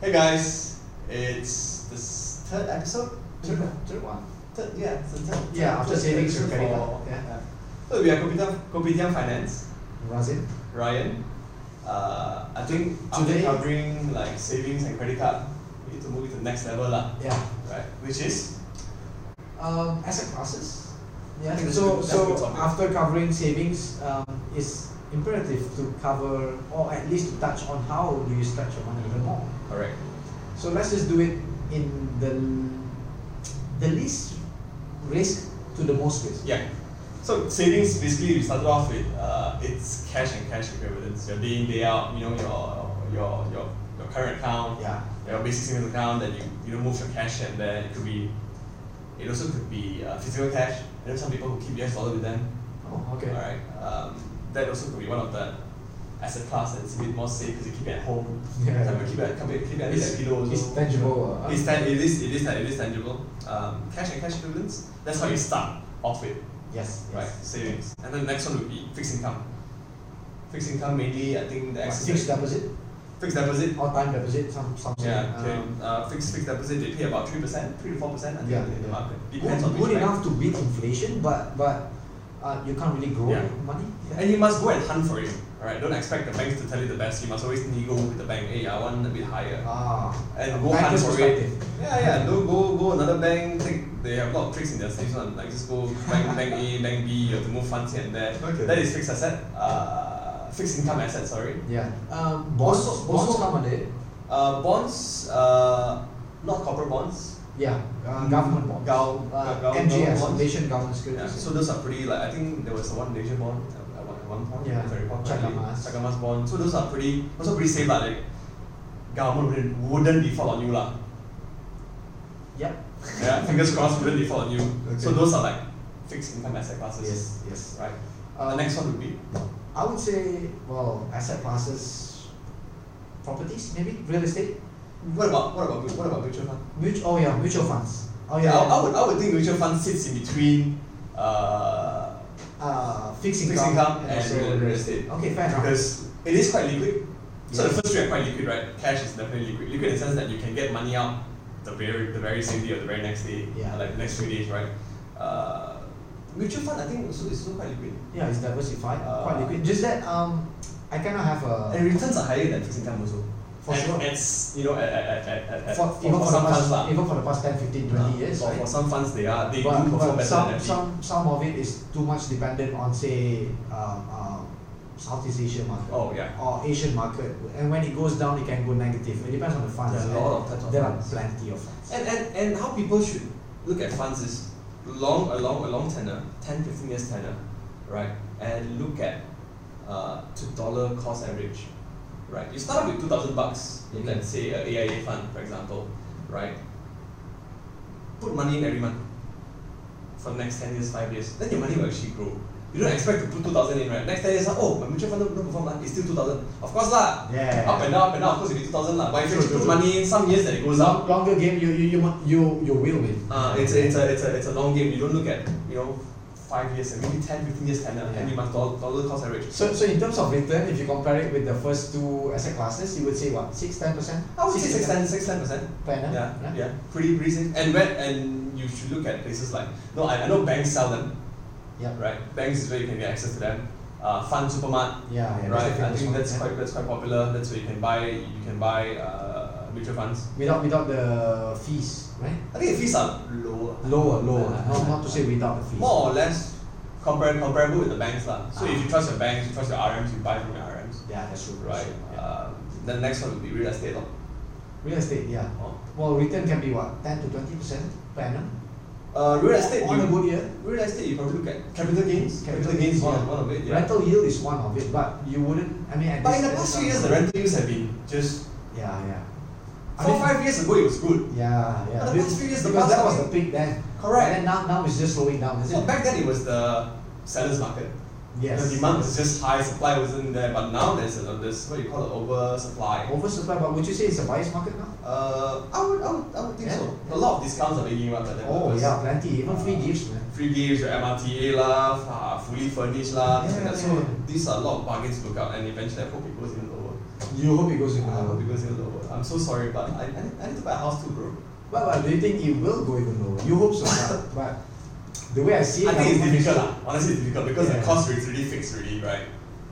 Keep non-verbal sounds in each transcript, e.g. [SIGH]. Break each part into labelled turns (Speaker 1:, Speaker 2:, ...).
Speaker 1: Hey guys, it's this third episode. Third,
Speaker 2: Mhm.
Speaker 1: third one. Third, yeah, it's the third.
Speaker 2: Yeah, after
Speaker 1: third
Speaker 2: savings,
Speaker 1: episode
Speaker 2: we're getting
Speaker 1: for-
Speaker 2: back, yeah.
Speaker 1: So we are Kopitiam, Kopitiam Finance,
Speaker 2: Razin.
Speaker 1: Ryan. Uh, I think
Speaker 2: Today-
Speaker 1: after covering like savings and credit card, we need to move to the next level lah,
Speaker 2: Yeah.
Speaker 1: right? Which is
Speaker 2: Um, asset classes.
Speaker 1: I
Speaker 2: Yeah.
Speaker 1: think that's a
Speaker 2: So
Speaker 1: good- that's a
Speaker 2: so
Speaker 1: good topic.
Speaker 2: after covering savings, um, it's imperative to cover or at least to touch on how do you stretch your money even more.
Speaker 1: correct.
Speaker 2: So let's just do it in the the least risk to the most risk.
Speaker 1: Yeah. So savings basically we started off with uh, it's cash and cash equivalents. Your day in day out, you know your your your your current account.
Speaker 2: Yeah.
Speaker 1: your basic savings account that you you know move your cash and then it could be it also could be uh, physical cash. I know some people who keep US dollar with them.
Speaker 2: Oh, okay.
Speaker 1: Alright. Um, that also could be one of the asset class that's a bit more safe because you keep it at home.
Speaker 2: Yeah.
Speaker 1: Some people keep it keep it keep it at
Speaker 2: It's,
Speaker 1: least at pillow also.
Speaker 2: it's tangible. Uh,
Speaker 1: It's tan- it is it is tan- it is tangible. Um, cash and cash equivalents. That's how you start off with
Speaker 2: yes. yes.
Speaker 1: right savings. And then the next one would be fixed income. Fixed income mainly I think the
Speaker 2: Like
Speaker 1: access
Speaker 2: fixed deposit
Speaker 1: fixed deposit
Speaker 2: or time deposit, some something.
Speaker 1: Yeah, okay.
Speaker 2: Um,
Speaker 1: uh, fixed fixed deposit they pay about three percent, three to four percent. I think
Speaker 2: Yeah,
Speaker 1: in the
Speaker 2: yeah.
Speaker 1: market depends on
Speaker 2: good,
Speaker 1: which
Speaker 2: good
Speaker 1: bank.
Speaker 2: enough to beat inflation, but but uh, you can't really grow
Speaker 1: Yeah.
Speaker 2: money.
Speaker 1: And you must go and hunt for it. All right, don't expect the banks to tell you the best. You must always nego with the bank. Hey, I want a bit higher.
Speaker 2: Ah,
Speaker 1: And go hunt
Speaker 2: banker's
Speaker 1: for it.
Speaker 2: perspective.
Speaker 1: Yeah, yeah. Don't go go another bank. Think they have a lot of tricks in their sleeves. One like just go
Speaker 2: [LAUGHS]
Speaker 1: bank bank A, bank B. You have to move funds here and there.
Speaker 2: Okay.
Speaker 1: That is fixed asset. Uh, fixed income asset. Sorry.
Speaker 2: Yeah. Um, bonds,
Speaker 1: Also-
Speaker 2: bonds
Speaker 1: also-
Speaker 2: come under it.
Speaker 1: Uh, bonds. Uh, not corporate bonds.
Speaker 2: Yeah. Uh,
Speaker 1: Mm,
Speaker 2: government bonds.
Speaker 1: gov-
Speaker 2: uh,
Speaker 1: gov- government
Speaker 2: MGS,
Speaker 1: bonds.
Speaker 2: Malaysian government
Speaker 1: Yeah,
Speaker 2: securities.
Speaker 1: so those are pretty like I think there was the one Malaysia bond at at one, at one point.
Speaker 2: Yeah,
Speaker 1: if I recall correctly.
Speaker 2: Cakamas.
Speaker 1: Cakamas bond. So those are pretty also pretty safe lah. Like government wouldn't wouldn't default on you
Speaker 2: [LAUGHS]
Speaker 1: lah.
Speaker 2: Yep.
Speaker 1: Yeah, fingers crossed wouldn't default on you. So
Speaker 2: Okay.
Speaker 1: those are like fixed income asset classes.
Speaker 2: Yes. Yes.
Speaker 1: Right.
Speaker 2: Uh,
Speaker 1: the next one would be
Speaker 2: I would say, well, asset classes, properties, maybe real estate,
Speaker 1: what about what about what about mutual fund?
Speaker 2: mutual. Oh yeah, mutual funds. Oh yeah.
Speaker 1: I, I would I would think mutual fund sits in between uh,
Speaker 2: uh, fixed
Speaker 1: Fixed
Speaker 2: income,
Speaker 1: income and
Speaker 2: also
Speaker 1: real estate.
Speaker 2: Okay, fair enough.
Speaker 1: because it is quite liquid. So the
Speaker 2: Yes.
Speaker 1: first three are quite liquid, right? Cash is definitely liquid. Liquid in the sense that you can get money out the very the very same day or the very next day,
Speaker 2: Yeah.
Speaker 1: or like the next few days, right? Uh, mutual fund, I think, also is also quite liquid,
Speaker 2: Yeah, it's diversified,
Speaker 1: Uh,
Speaker 2: quite liquid. Just that um, I kind of have
Speaker 1: and
Speaker 2: a
Speaker 1: returns are higher than fixed income also.
Speaker 2: for
Speaker 1: Uh, and,
Speaker 2: sure.
Speaker 1: and s- you know, at, at, at, at, at- at,
Speaker 2: for, even for,
Speaker 1: some
Speaker 2: the
Speaker 1: funds,
Speaker 2: past,
Speaker 1: lah.
Speaker 2: even for the past 10, 15, 20
Speaker 1: Uh,
Speaker 2: years,
Speaker 1: for,
Speaker 2: right?
Speaker 1: for some funds, they are they
Speaker 2: but,
Speaker 1: do perform
Speaker 2: but
Speaker 1: better
Speaker 2: some
Speaker 1: than E
Speaker 2: some some of it is too much dependent on say um, um, Southeast Asian market
Speaker 1: Oh yeah,
Speaker 2: or Asian market, and when it goes down, it can go negative. It depends on the funds.
Speaker 1: There are a
Speaker 2: right?
Speaker 1: lot of types of
Speaker 2: There
Speaker 1: funds.
Speaker 2: are plenty of funds.
Speaker 1: and, and and how people should look at funds is long a long a long tenor 10 15 years tenor right and look at uh, to dollar cost average right you start with 2000 bucks in let's say a AIA fund for example right put money in every month for the next 10 years 5 years then your money will actually grow you don't expect to put 2000 in right next 10 years ah, oh my mutual fund don't, don't perform lah it's still 2000 of course lah
Speaker 2: Yeah.
Speaker 1: uh, up and down up and down of course it'll be 2000 lah but if you
Speaker 2: True,
Speaker 1: actually
Speaker 2: true,
Speaker 1: put
Speaker 2: true.
Speaker 1: money in some years that it goes up
Speaker 2: Long, longer game, you you you mu- you you will win.
Speaker 1: uh, it's, a, it's, a, it's, a, it's a long game. You don't look at, you know, five years, and maybe 10, 15 years tenure,
Speaker 2: Yeah.
Speaker 1: and you must dollar, dollar cost average.
Speaker 2: So, so in terms of return, if you compare it with the first two asset classes, you would say what, 6 10%?
Speaker 1: I would say 6, 10, 6, 10 percent.
Speaker 2: Per annum?
Speaker 1: Yeah, yeah, pretty, pretty safe. And when, and you should look at places like, no, I, I know banks sell them,
Speaker 2: Yeah.
Speaker 1: right? Banks is where you can get access to them. Uh, Fund Supermart,
Speaker 2: Yeah, yeah.
Speaker 1: right? I
Speaker 2: famous
Speaker 1: think
Speaker 2: one,
Speaker 1: that's
Speaker 2: yeah.
Speaker 1: quite that's quite popular. That's where you can buy you can buy uh, mutual funds.
Speaker 2: Without, without the fees, right?
Speaker 1: I think the fees are lower.
Speaker 2: Lower, lower.
Speaker 1: Uh,
Speaker 2: Not, not to say without the fees.
Speaker 1: More or less compar- comparable with the banks lah. So
Speaker 2: Ah.
Speaker 1: if you trust your banks, you trust your RMs, you buy from your RMs.
Speaker 2: Yeah, that's true. that's
Speaker 1: Right.
Speaker 2: true, yeah.
Speaker 1: Uh, the next one would be real estate. lor.
Speaker 2: Real estate, yeah.
Speaker 1: Oh.
Speaker 2: Well, return can be what, 10 to 20% per annum?
Speaker 1: Uh, real estate.
Speaker 2: On a
Speaker 1: You,
Speaker 2: good year.
Speaker 1: real estate. You probably look at capital gains. Capital gains is one, of- one of it. Yeah.
Speaker 2: Rental yield is one of it, but you wouldn't, I mean, at
Speaker 1: But
Speaker 2: this
Speaker 1: in the
Speaker 2: at
Speaker 1: past
Speaker 2: this
Speaker 1: few years, the
Speaker 2: time-
Speaker 1: rental use have been just
Speaker 2: Yeah, yeah. I
Speaker 1: four
Speaker 2: mean-
Speaker 1: five years ago. It was good.
Speaker 2: Yeah, yeah.
Speaker 1: But the
Speaker 2: Be-
Speaker 1: past few years, the
Speaker 2: because
Speaker 1: past
Speaker 2: that was the
Speaker 1: couple-
Speaker 2: peak then.
Speaker 1: Correct.
Speaker 2: And then now, now it's just slowing down, isn't
Speaker 1: So
Speaker 2: it?
Speaker 1: back then it was the sellers market.
Speaker 2: Yes.
Speaker 1: The demand was just high. Supply wasn't there. But now there's a, there's what you call an oversupply.
Speaker 2: Oversupply, but would you say it's a buyer's market now?
Speaker 1: Uh, I would I would, I would think
Speaker 2: Yeah.
Speaker 1: so. A lot of discounts are being given out. by the
Speaker 2: Oh
Speaker 1: developers.
Speaker 2: yeah, plenty. Even free gifts, man.
Speaker 1: free gifts, your MRTA lah, f- uh, fully furnished lah, things like that.
Speaker 2: Yeah, yeah,
Speaker 1: So
Speaker 2: yeah.
Speaker 1: these are a lot of bargains to look out, and eventually I hope it goes even lower.
Speaker 2: You hope it goes
Speaker 1: I
Speaker 2: in the
Speaker 1: hope
Speaker 2: lower.
Speaker 1: it goes even lower. I'm so sorry, but I, I, need- I need to buy a house too, bro.
Speaker 2: Well, well, do you think it will go even lower? You hope so,
Speaker 1: [LAUGHS]
Speaker 2: but- but the way I see it,
Speaker 1: I think
Speaker 2: would-
Speaker 1: it's difficult, ah. lah. Honestly, it's difficult because the
Speaker 2: Yeah.
Speaker 1: cost is really fixed, really, right?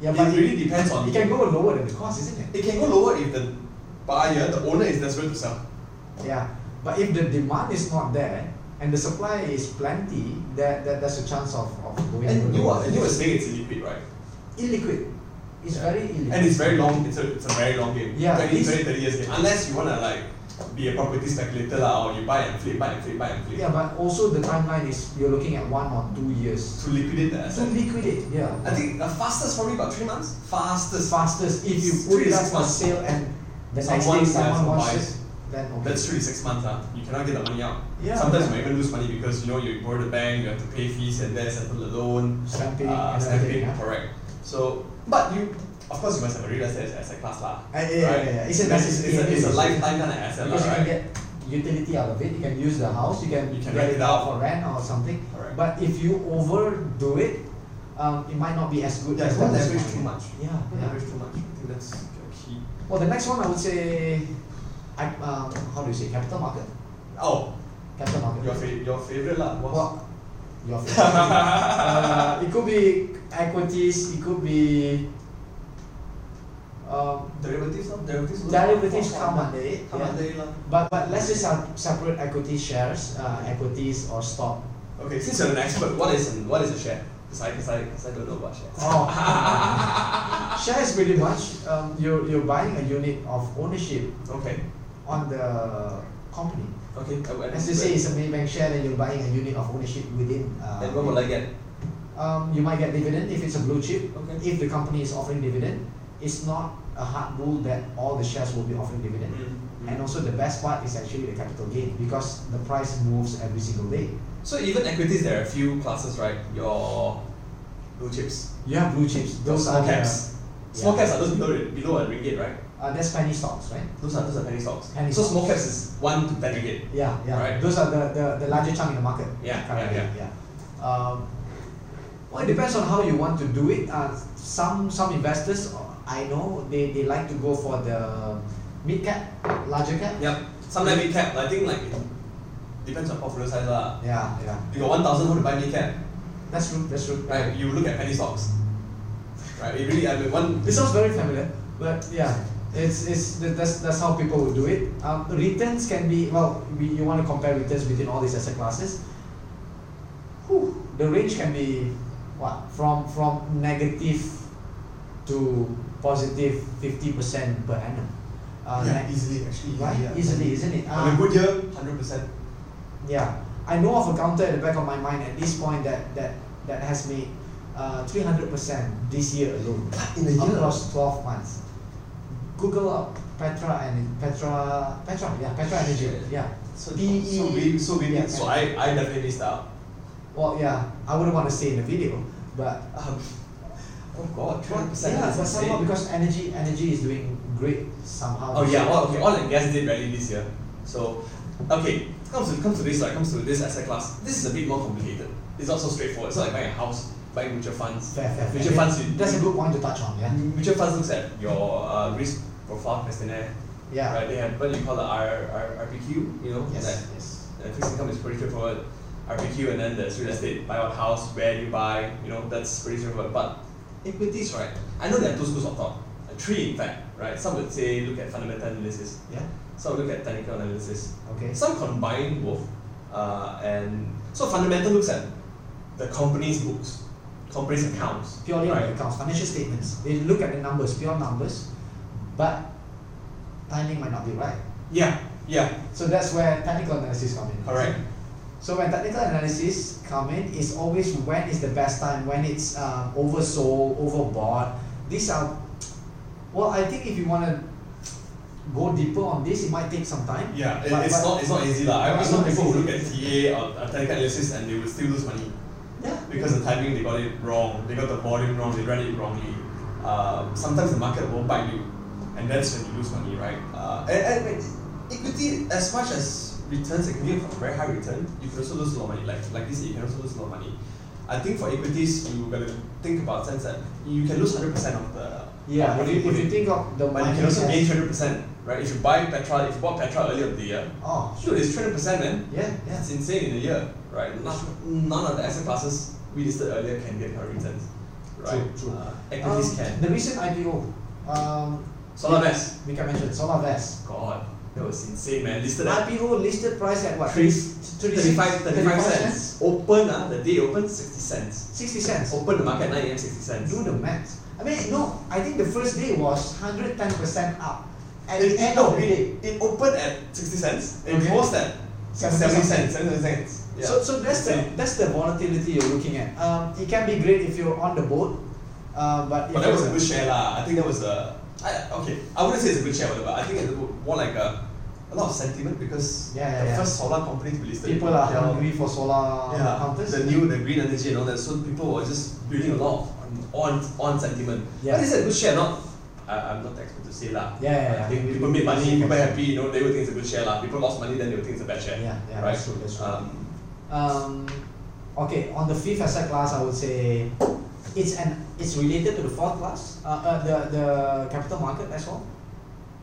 Speaker 2: Yeah,
Speaker 1: it
Speaker 2: but
Speaker 1: really depends on.
Speaker 2: it can go lower than the cost, isn't it?
Speaker 1: It can go lower if the buyer, the owner, is desperate to sell.
Speaker 2: Yeah, but if the demand is not there and the supply is plenty, there, there there's a chance of, of going.
Speaker 1: And you
Speaker 2: lower.
Speaker 1: are, you were saying it's illiquid, right?
Speaker 2: illiquid. It's
Speaker 1: Yeah.
Speaker 2: very illiquid.
Speaker 1: And it's very long. It's a, it's a very long game.
Speaker 2: Yeah,
Speaker 1: 20,
Speaker 2: it's-
Speaker 1: 20, 30 years game. Unless you wanna like be a property speculator lah, or you buy and flip, buy and flip, buy and flip.
Speaker 2: yeah, but also the timeline is you're looking at one or two years
Speaker 1: To liquidate the
Speaker 2: to
Speaker 1: asset.
Speaker 2: liquidate. Yeah,
Speaker 1: I think the fastest probably about three months.
Speaker 2: the
Speaker 1: Fastest.
Speaker 2: fastest if you
Speaker 1: Three
Speaker 2: put it
Speaker 1: to
Speaker 2: up
Speaker 1: six
Speaker 2: for
Speaker 1: months.
Speaker 2: sale and the next
Speaker 1: Someone
Speaker 2: day
Speaker 1: has
Speaker 2: someone
Speaker 1: some
Speaker 2: wants
Speaker 1: buyers.
Speaker 2: it, then okay.
Speaker 1: That's three to six months. Huh? You cannot get the money out.
Speaker 2: Yeah.
Speaker 1: Sometimes you might even lose money because you know you borrow the bank, you have to pay fees and then settle the loan.
Speaker 2: Stamping
Speaker 1: uh,
Speaker 2: and
Speaker 1: stamping,
Speaker 2: everything, yeah.
Speaker 1: correct. So, but you, of course, you must have a real estate as a class lah.
Speaker 2: Uh, yeah, yeah,
Speaker 1: right?
Speaker 2: yeah, yeah. It's a-
Speaker 1: Because it's, it's, a, it's a
Speaker 2: it's a-
Speaker 1: lifetime kind of asset lah,
Speaker 2: Because you
Speaker 1: right?
Speaker 2: can get utility out of it, you can use the house, you can,
Speaker 1: You can
Speaker 2: get
Speaker 1: rent
Speaker 2: it
Speaker 1: it
Speaker 2: out
Speaker 1: out.
Speaker 2: for rent or something.
Speaker 1: Correct.
Speaker 2: But if you overdo it, um, it might not be as good
Speaker 1: Yeah,
Speaker 2: as
Speaker 1: don't
Speaker 2: that was
Speaker 1: leverage
Speaker 2: mine.
Speaker 1: too much.
Speaker 2: Yeah,
Speaker 1: Don't
Speaker 2: yeah.
Speaker 1: leverage too much. I think that's a key.
Speaker 2: Well, the next one I would say, I, um, how do you say, capital market?
Speaker 1: Oh,
Speaker 2: Capital market.
Speaker 1: your fa- your favorite lah. What's
Speaker 2: Well,
Speaker 1: [LAUGHS]
Speaker 2: your favorite. uh, it could be equities, it could be um,
Speaker 1: derivatives lah. Derivatives. also-
Speaker 2: derivatives come under it.
Speaker 1: Come
Speaker 2: yeah.
Speaker 1: under it lah.
Speaker 2: But, but let's just sep- separate equity shares, uh, equities
Speaker 1: [LAUGHS]
Speaker 2: or stock.
Speaker 1: Okay, since you're an expert, what is an, what is a share? Because I, cause I, cause I don't know about shares.
Speaker 2: Oh. share is pretty much um, you're, you're buying a unit of ownership
Speaker 1: Okay.
Speaker 2: on the company.
Speaker 1: Okay. And,
Speaker 2: As you say, it's a Maybank share, then you're buying a unit of ownership within. Uh,
Speaker 1: and what will I get?
Speaker 2: Um, you might get dividend if it's a blue chip.
Speaker 1: Okay.
Speaker 2: If the company is offering dividend, it's not a hard rule that all the shares will be offering dividend.
Speaker 1: Mm.
Speaker 2: And also, the best part is actually the capital gain because the price moves every single day.
Speaker 1: So even equities, there are a few classes, right? Your blue chips,
Speaker 2: You have blue chips. Those
Speaker 1: small
Speaker 2: are the-
Speaker 1: caps. Small
Speaker 2: yeah.
Speaker 1: caps are those below below a ringgit, right?
Speaker 2: Uh, that's penny stocks, right?
Speaker 1: Those are those are penny stocks.
Speaker 2: Penny
Speaker 1: so
Speaker 2: stocks.
Speaker 1: small caps is one to ten ringgit.
Speaker 2: Yeah, yeah.
Speaker 1: Right.
Speaker 2: Those are the, the, the larger chunk in the market.
Speaker 1: Yeah,
Speaker 2: currently,
Speaker 1: yeah,
Speaker 2: yeah. Um, well, it depends on how you want to do it. Uh, some some investors uh, I know they, they like to go for the mid cap, larger cap.
Speaker 1: Yep. Sometimes mid cap. I think like it depends on portfolio size lah.
Speaker 2: Yeah, yeah.
Speaker 1: You got one thousand, how to buy mid cap?
Speaker 2: That's true. That's true.
Speaker 1: Right. You look at penny stocks. Right. It really. I mean, one.
Speaker 2: It sounds very familiar, but yeah, it's it's that- that's that's how people would do it. Um, returns can be well. We, you want to compare returns between all these asset classes. Whew, the range can be what from from negative to positive fifty percent per annum. Uh, ne-
Speaker 1: easily actually.
Speaker 2: right? Easily, isn't it?
Speaker 1: On a
Speaker 2: Ah.
Speaker 1: good year, hundred percent.
Speaker 2: Yeah, I know of a counter at the back of my mind at this point that that that has made uh, three hundred percent this year alone
Speaker 1: In a year?
Speaker 2: across twelve months. Google up Petra and Petra Petra yeah Petra Energy
Speaker 1: Shit.
Speaker 2: yeah.
Speaker 1: So E.
Speaker 2: PE.
Speaker 1: so we so we
Speaker 2: Yeah.
Speaker 1: so I I definitely missed out.
Speaker 2: Well yeah, I wouldn't want to say in the video, but
Speaker 1: Um, oh god, three
Speaker 2: but
Speaker 1: percent.
Speaker 2: yeah, but somehow because energy energy is doing great somehow.
Speaker 1: Oh yeah, well, okay, oil and gas did rally this year. So, okay, comes to comes to this, right? Comes to this asset class. This is a bit more complicated. It's not so straightforward. It's not like buying a house, buying mutual funds.
Speaker 2: fair fair.
Speaker 1: Mutual
Speaker 2: Okay,
Speaker 1: funds. you-
Speaker 2: That's a good one to touch on yeah
Speaker 1: Mutual funds looks at your uh, risk profile questionnaire,
Speaker 2: yeah.
Speaker 1: right? They have what you call the R, R, RPQ, you know,
Speaker 2: Yes
Speaker 1: that-
Speaker 2: yes.
Speaker 1: that fixed income is pretty straightforward. RPQ and then there's real estate, buy what house, where you buy, you know, that's pretty straightforward. But equities, right? I know there are two schools of thought, uh, three in fact, right? Some would say look at fundamental analysis,
Speaker 2: Yeah.
Speaker 1: some would look at technical analysis,
Speaker 2: Okay.
Speaker 1: some combine both, uh, and so fundamental looks at the company's books, company's accounts,
Speaker 2: purely on
Speaker 1: right?
Speaker 2: the accounts, financial statements. They look at the numbers, pure numbers, but timing might not be right.
Speaker 1: Yeah, yeah,
Speaker 2: So that's where technical analysis come in.
Speaker 1: correct.
Speaker 2: So when technical analysis come in, it's always when is the best time, when it's um, oversold, overbought. These are, well, I think if you want to go deeper on this, it might take some time.
Speaker 1: Yeah, it,
Speaker 2: But-
Speaker 1: it's
Speaker 2: but-
Speaker 1: not it's not easy lah. I, I
Speaker 2: It's
Speaker 1: know
Speaker 2: not
Speaker 1: people who
Speaker 2: easy.
Speaker 1: look at TA or uh, technical analysis and they would still lose money.
Speaker 2: Yeah.
Speaker 1: because the timing they got it wrong, they got the volume wrong, they read it wrongly. Uh, sometimes the market will bite you, and that's when you lose money, right? Uh, and, and- and equity, as much as returns, it can give a very high return. You can also lose a lot of money. Like like this, you can also lose a lot of money. I think for equities, you gotta think about sense that you can lose hundred percent of the
Speaker 2: Yeah,
Speaker 1: What
Speaker 2: if
Speaker 1: do
Speaker 2: you,
Speaker 1: you put
Speaker 2: if you
Speaker 1: it?
Speaker 2: think of the
Speaker 1: But you
Speaker 2: money
Speaker 1: can also gain
Speaker 2: as-
Speaker 1: 200%, right? If you buy Petra, if you bought Petra earlier in the year,
Speaker 2: Oh,
Speaker 1: dude, it's 200%, man.
Speaker 2: yeah, yeah.
Speaker 1: That's insane in a year, right? None, none of the asset classes we listed earlier can get current returns, right?
Speaker 2: True, true.
Speaker 1: Uh, equities
Speaker 2: Um,
Speaker 1: can.
Speaker 2: The recent IPO, um,
Speaker 1: Solar Mass.
Speaker 2: Mika mentioned SolarVest.
Speaker 1: God, that was insane, man. Listed at
Speaker 2: IPO listed price at what?
Speaker 1: Three-
Speaker 2: 36
Speaker 1: 35, 35 cents. Open, uh, the day open, 60 cents.
Speaker 2: 60 cents.
Speaker 1: Open the market 9 am, 60 cents.
Speaker 2: Do the math. I mean, no, I think the first day was 110% up. At the end
Speaker 1: no,
Speaker 2: of the day.
Speaker 1: it opened at 60 cents and
Speaker 2: Okay.
Speaker 1: closed at 70
Speaker 2: 70
Speaker 1: cents. 70 cents. Yeah.
Speaker 2: So, so that's the that's the volatility you're looking at. Um, it can be great if you're on the boat, uh, but if
Speaker 1: But that was a
Speaker 2: you're-
Speaker 1: good share lah. I think that was a I, okay. I wouldn't say it's a good share, whatever. I think it's more like a, a lot of sentiment because
Speaker 2: Yeah, yeah,
Speaker 1: the
Speaker 2: yeah.
Speaker 1: first solar company to be listed.
Speaker 2: people are
Speaker 1: Yeah.
Speaker 2: hungry for solar
Speaker 1: Yeah,
Speaker 2: counters.
Speaker 1: the new, the green energy and all that. So people were just building a lot of on on, on sentiment.
Speaker 2: Yeah.
Speaker 1: But it's a good share, not. I, I'm not the expert to say lah.
Speaker 2: Yeah, yeah,
Speaker 1: I
Speaker 2: yeah.
Speaker 1: think
Speaker 2: We-
Speaker 1: people
Speaker 2: we-
Speaker 1: made money,
Speaker 2: we-
Speaker 1: people happy. You know, they would think it's a good share lah. People lost money, then they would think it's a bad share.
Speaker 2: Yeah, yeah,
Speaker 1: right.
Speaker 2: that's true, that's true.
Speaker 1: Um,
Speaker 2: Um, okay, on the fifth asset class, I would say it's an it's related to the fourth class, uh, uh, the the capital market as well,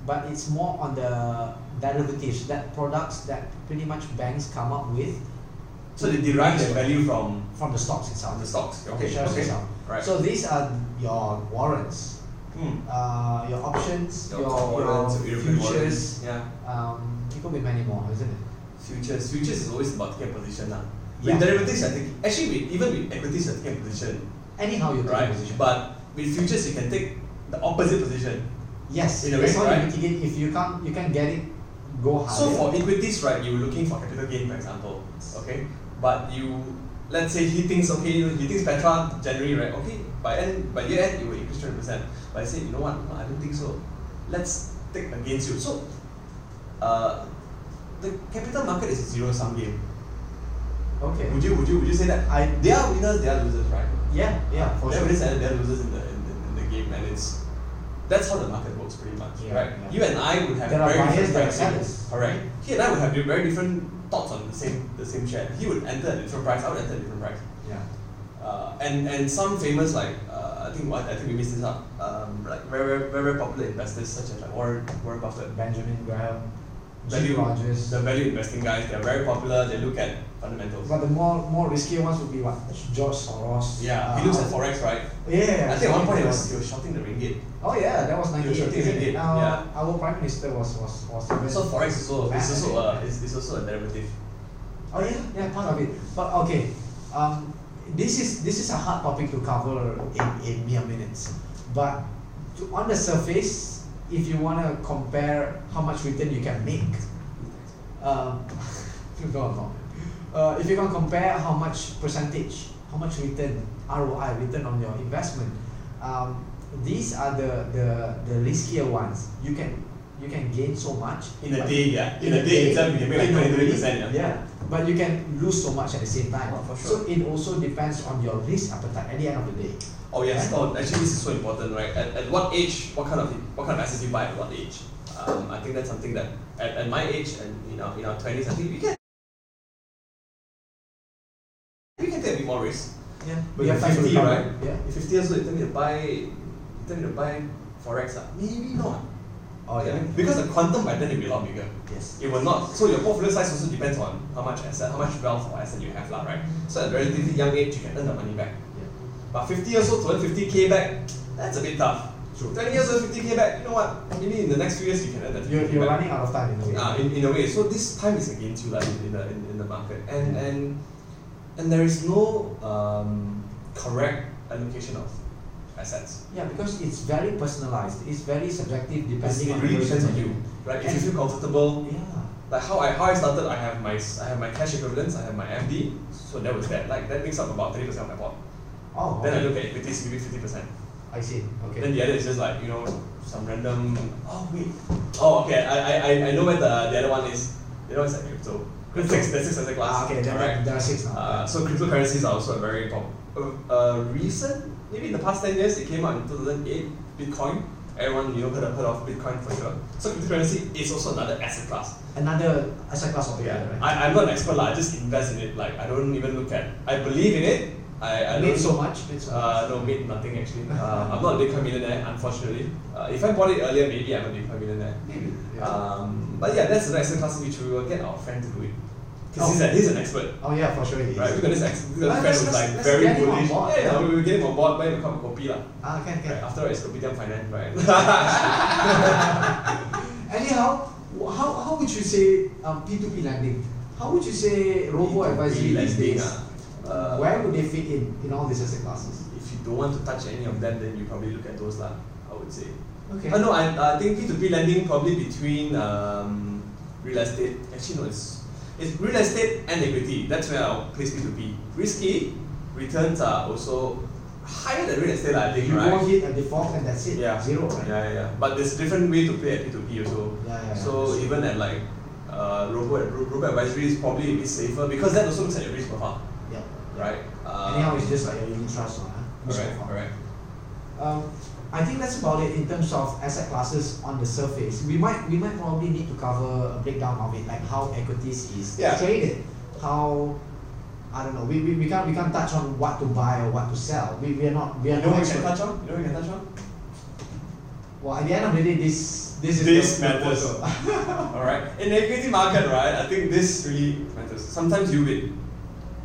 Speaker 2: but it's more on the derivatives, that products that pretty much banks come up with
Speaker 1: so they derive their value from
Speaker 2: from the stocks itself,
Speaker 1: the stocks.
Speaker 2: from
Speaker 1: Okay,
Speaker 2: the shares
Speaker 1: okay,
Speaker 2: itself.
Speaker 1: right.
Speaker 2: So these are your warrants,
Speaker 1: Hmm.
Speaker 2: uh, your options, your,
Speaker 1: warrants,
Speaker 2: your
Speaker 1: European warrants.
Speaker 2: futures.
Speaker 1: Yeah.
Speaker 2: Um, it could be many more, isn't it?
Speaker 1: Futures. Futures is always about taking a position now.
Speaker 2: Yeah.
Speaker 1: With derivatives, I think actually with, even with equities, you're taking a position,
Speaker 2: Anyhow, you take
Speaker 1: right?
Speaker 2: a position.
Speaker 1: But with futures, you can take the opposite position.
Speaker 2: Yes,
Speaker 1: In a
Speaker 2: that's
Speaker 1: way,
Speaker 2: how
Speaker 1: right?
Speaker 2: you mitigate. If you can't, you can get it. Go higher.
Speaker 1: So for equities, right, you were looking for capital gain, for example, okay. But you, let's say he thinks okay, he thinks Petra January, right? Okay, by end by year end, you will increase twenty percent. But I said, you know what? No, I don't think so. Let's take against you. So, uh, the capital market is a zero sum game.
Speaker 2: okay,
Speaker 1: Would you would you would you say that?
Speaker 2: I
Speaker 1: They are winners, they are losers, right?
Speaker 2: yeah yeah for
Speaker 1: They're
Speaker 2: Oh, sure.
Speaker 1: winners and they're losers in the, in the in the game, and it's that's how the market works pretty much,
Speaker 2: Yeah,
Speaker 1: right?
Speaker 2: yeah.
Speaker 1: You and I would have
Speaker 2: There are
Speaker 1: very
Speaker 2: buyers,
Speaker 1: different
Speaker 2: there
Speaker 1: pricing.
Speaker 2: are sellers.
Speaker 1: Correct. He and I would have very different thoughts on the same the same share. He would enter at a different price. I would enter at a different price.
Speaker 2: Yeah.
Speaker 1: Uh, and and some famous like uh, I think I think we missed this up. Um, like very very very popular investors such as like Warren Warren Buffett.
Speaker 2: Benjamin Graham, Jim
Speaker 1: Value
Speaker 2: Rogers.
Speaker 1: The value investing guys, they're very popular. They look at fundamentals.
Speaker 2: But the more more risky ones would be what George Soros.
Speaker 1: yeah,
Speaker 2: uh,
Speaker 1: he looks at forex, right?
Speaker 2: Yeah, yeah, yeah.
Speaker 1: I think at one point he was he was shouting the ringgit.
Speaker 2: Oh yeah, that was ninety eight.
Speaker 1: shouting
Speaker 2: Isn't
Speaker 1: again,
Speaker 2: it? Our,
Speaker 1: yeah.
Speaker 2: our prime minister was was was. a bit-
Speaker 1: So forex is also is
Speaker 2: Fascinating.
Speaker 1: also a is, is also a derivative.
Speaker 2: Oh yeah, yeah, part of it. But okay, um, this is this is a hard topic to cover in, in mere minutes. But to, on the surface, if you wanna compare how much return you can make, um, [LAUGHS] no, no. Uh, if you can compare how much percentage, how much return ROI return on your investment, um, these are the, the the riskier ones. You can you can gain so much
Speaker 1: In a
Speaker 2: but-
Speaker 1: day, yeah. In a day itself, you can make like
Speaker 2: in a
Speaker 1: 20
Speaker 2: week,
Speaker 1: 30%. Yeah.
Speaker 2: but you can lose so much at the same time.
Speaker 1: Oh, for sure.
Speaker 2: So it also depends on your risk appetite at the end of the day.
Speaker 1: Oh, yes. Oh, actually, this is so important, right? At, at what age, what kind of what kind of assets you buy at what age? Um, I think that's something that at, at my age and in our, in our 20s, I think we can. We can take a bit more risk.
Speaker 2: Yeah,
Speaker 1: But
Speaker 2: we
Speaker 1: you're
Speaker 2: have time to
Speaker 1: 50,
Speaker 2: recover.
Speaker 1: right?
Speaker 2: Yeah.
Speaker 1: If 50 years old, you tell me to buy, you tell me to buy forex, ah, maybe not.
Speaker 2: Oh yeah.
Speaker 1: Because the quantum by then will be a lot bigger.
Speaker 2: Yes.
Speaker 1: It will not. So your portfolio size also depends on how much asset, how much wealth or asset you have, lah, right? So at a relatively young age, you can earn the money back.
Speaker 2: Yeah.
Speaker 1: But 50 years old to earn 50k back, that's a bit tough.
Speaker 2: True.
Speaker 1: 20 years old, 50k back, you know what? Maybe in the next few years you can earn that 50k
Speaker 2: You're, you're
Speaker 1: back.
Speaker 2: running out of time in a way.
Speaker 1: Ah, in, in a way. So this time is against you like, in, the, in, in the market. And, and, and there is no um, correct allocation of assets.
Speaker 2: yeah, because it's very personalized. It's very subjective depending on
Speaker 1: it
Speaker 2: the
Speaker 1: really depends
Speaker 2: person.
Speaker 1: on you. Right? If you feel comfortable,
Speaker 2: Yeah.
Speaker 1: like how I how I started, I have my s- I have my cash equivalents, I have my MD, so that was that. Like that makes up about thirty percent of my pot.
Speaker 2: Oh.
Speaker 1: Then I
Speaker 2: okay.
Speaker 1: look at equities, maybe fifty percent.
Speaker 2: I see. Okay.
Speaker 1: Then the other is just like you know some random. Oh wait. Oh okay. I I, I- I know where the, the other one is. The other one is like crypto. That's six. That's six as a
Speaker 2: ah,
Speaker 1: class.
Speaker 2: okay. There,
Speaker 1: Alright.
Speaker 2: there are six now.
Speaker 1: Uh, so cryptocurrencies are also a very pop. Uh, uh, recent, maybe in the past ten years, it came out in two thousand eight. Bitcoin. Everyone you know heard of, heard of Bitcoin for sure. So cryptocurrency is also another asset class.
Speaker 2: Another asset class altogether,
Speaker 1: Yeah,
Speaker 2: right?
Speaker 1: I, I'm not an expert, lah. I just invest in it. Like, I don't even look at I believe in it, I, I
Speaker 2: made
Speaker 1: don't-
Speaker 2: so much. Made so
Speaker 1: Uh,
Speaker 2: much.
Speaker 1: no, made nothing actually. Uh, I'm not a Bitcoin millionaire, unfortunately. Uh, if I bought it earlier, maybe I'm a Bitcoin millionaire.
Speaker 2: Maybe. Yeah.
Speaker 1: Um, but yeah, that's the next class in which we will get our friend to do it. Because
Speaker 2: Oh.
Speaker 1: he's, a- he's an expert.
Speaker 2: oh yeah, for sure. he is.
Speaker 1: Right, we got this ex- we
Speaker 2: Ah,
Speaker 1: got a friend
Speaker 2: let's-
Speaker 1: who's
Speaker 2: let's-
Speaker 1: like
Speaker 2: let's
Speaker 1: very
Speaker 2: get him on
Speaker 1: bullish.
Speaker 2: board.
Speaker 1: Yeah, yeah, we will get him on board, buy him a cup of kopi lah.
Speaker 2: Ah, can can.
Speaker 1: Right, after all, it's Kopitiam Finance, right?
Speaker 2: Anyhow, wh- how, how would you say um, P2P lending? How would you say robo advisory
Speaker 1: P2P
Speaker 2: these
Speaker 1: lending,
Speaker 2: days?
Speaker 1: ah. Uh,
Speaker 2: Where would they fit in in all these asset classes?
Speaker 1: If you don't want to touch any of them, then you probably look at those lah. I would say.
Speaker 2: Okay.
Speaker 1: Uh, no, I, I think P2P lending probably between um, real estate. Actually, no, it's, it's real estate and equity. That's where I'll place P2P. Risky returns are also higher than real estate, lah, I think,
Speaker 2: you
Speaker 1: right?
Speaker 2: won't hit a default and that's it.
Speaker 1: Yeah.
Speaker 2: Zero, right?
Speaker 1: Yeah, yeah, yeah. But there's different way to play at P2P also.
Speaker 2: Yeah, yeah, yeah.
Speaker 1: so
Speaker 2: That's
Speaker 1: even at like uh, robo, ro- robo advisory is probably a bit safer because that also looks at your risk profile,
Speaker 2: Yeah.
Speaker 1: right? Uh,
Speaker 2: Anyhow, it's just like a unit trust, lah, huh? Most
Speaker 1: Alright,
Speaker 2: of all.
Speaker 1: alright.
Speaker 2: Um, I think that's about it in terms of asset classes on the surface. We might we might probably need to cover a breakdown of it, like how equities is
Speaker 1: Yeah.
Speaker 2: traded, how I don't know. We, we, we can't we can't touch on what to buy or what to sell. We, we are not we are
Speaker 1: You know
Speaker 2: not
Speaker 1: what we can
Speaker 2: expert.
Speaker 1: touch on? You know what we can touch on?
Speaker 2: Well, at the end of the day, this this is
Speaker 1: This
Speaker 2: the, the
Speaker 1: matters.
Speaker 2: photo.
Speaker 1: Alright. In the equity market, right, I think this really matters. Sometimes you win.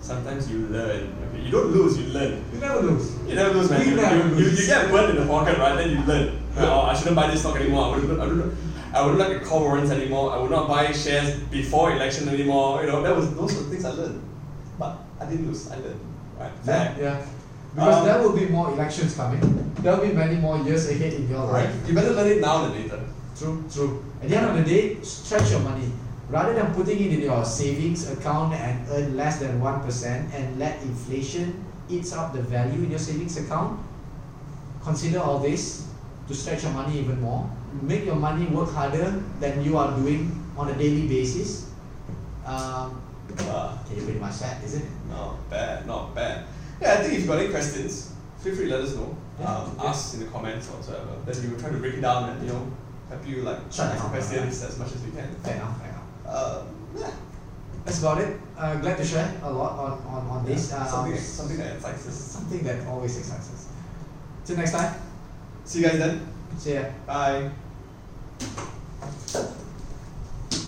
Speaker 1: Sometimes you learn. Okay. You don't lose, you learn.
Speaker 2: [LAUGHS] you never lose.
Speaker 1: You never lose, man.
Speaker 2: You
Speaker 1: You,
Speaker 2: never
Speaker 1: you,
Speaker 2: lose.
Speaker 1: you get burned in the pocket, right? Then you learn. Right, oh, I shouldn't buy this stock anymore. I wouldn't, I wouldn't, I wouldn't like to call warrants anymore. I would not buy shares before election anymore. You know, that was those were the things I learned. But I didn't lose. I learned. Right.
Speaker 2: Yeah.
Speaker 1: Fair.
Speaker 2: yeah. Because
Speaker 1: Um,
Speaker 2: there will be more elections coming. There will be many more years ahead in your life.
Speaker 1: Right. You better learn it now than later.
Speaker 2: True, true. At the end of the day, stretch your money. Rather than putting it in your savings account and earn less than 1% and let inflation eats up the value in your savings account, consider all this to stretch your money even more. Make your money work harder than you are doing on a daily basis. Um,
Speaker 1: Uh,
Speaker 2: okay, pretty much that, isn't it?
Speaker 1: Not bad, not bad. Yeah, I think if you've got any questions, feel free to let us know.
Speaker 2: Yeah,
Speaker 1: Um,
Speaker 2: yeah.
Speaker 1: Ask in the comments or whatever. Then we will try to break it down and you know help you like
Speaker 2: Shut
Speaker 1: ask
Speaker 2: down.
Speaker 1: questions as much as we can.
Speaker 2: Fair enough, fair enough.
Speaker 1: Uh, yeah.
Speaker 2: That's about it. Uh, glad to share a lot on, on, on this.
Speaker 1: Yeah,
Speaker 2: Uh,
Speaker 1: something, something that excites us.
Speaker 2: something that always excites us. Till next time,
Speaker 1: See you guys then.
Speaker 2: see ya.
Speaker 1: Bye.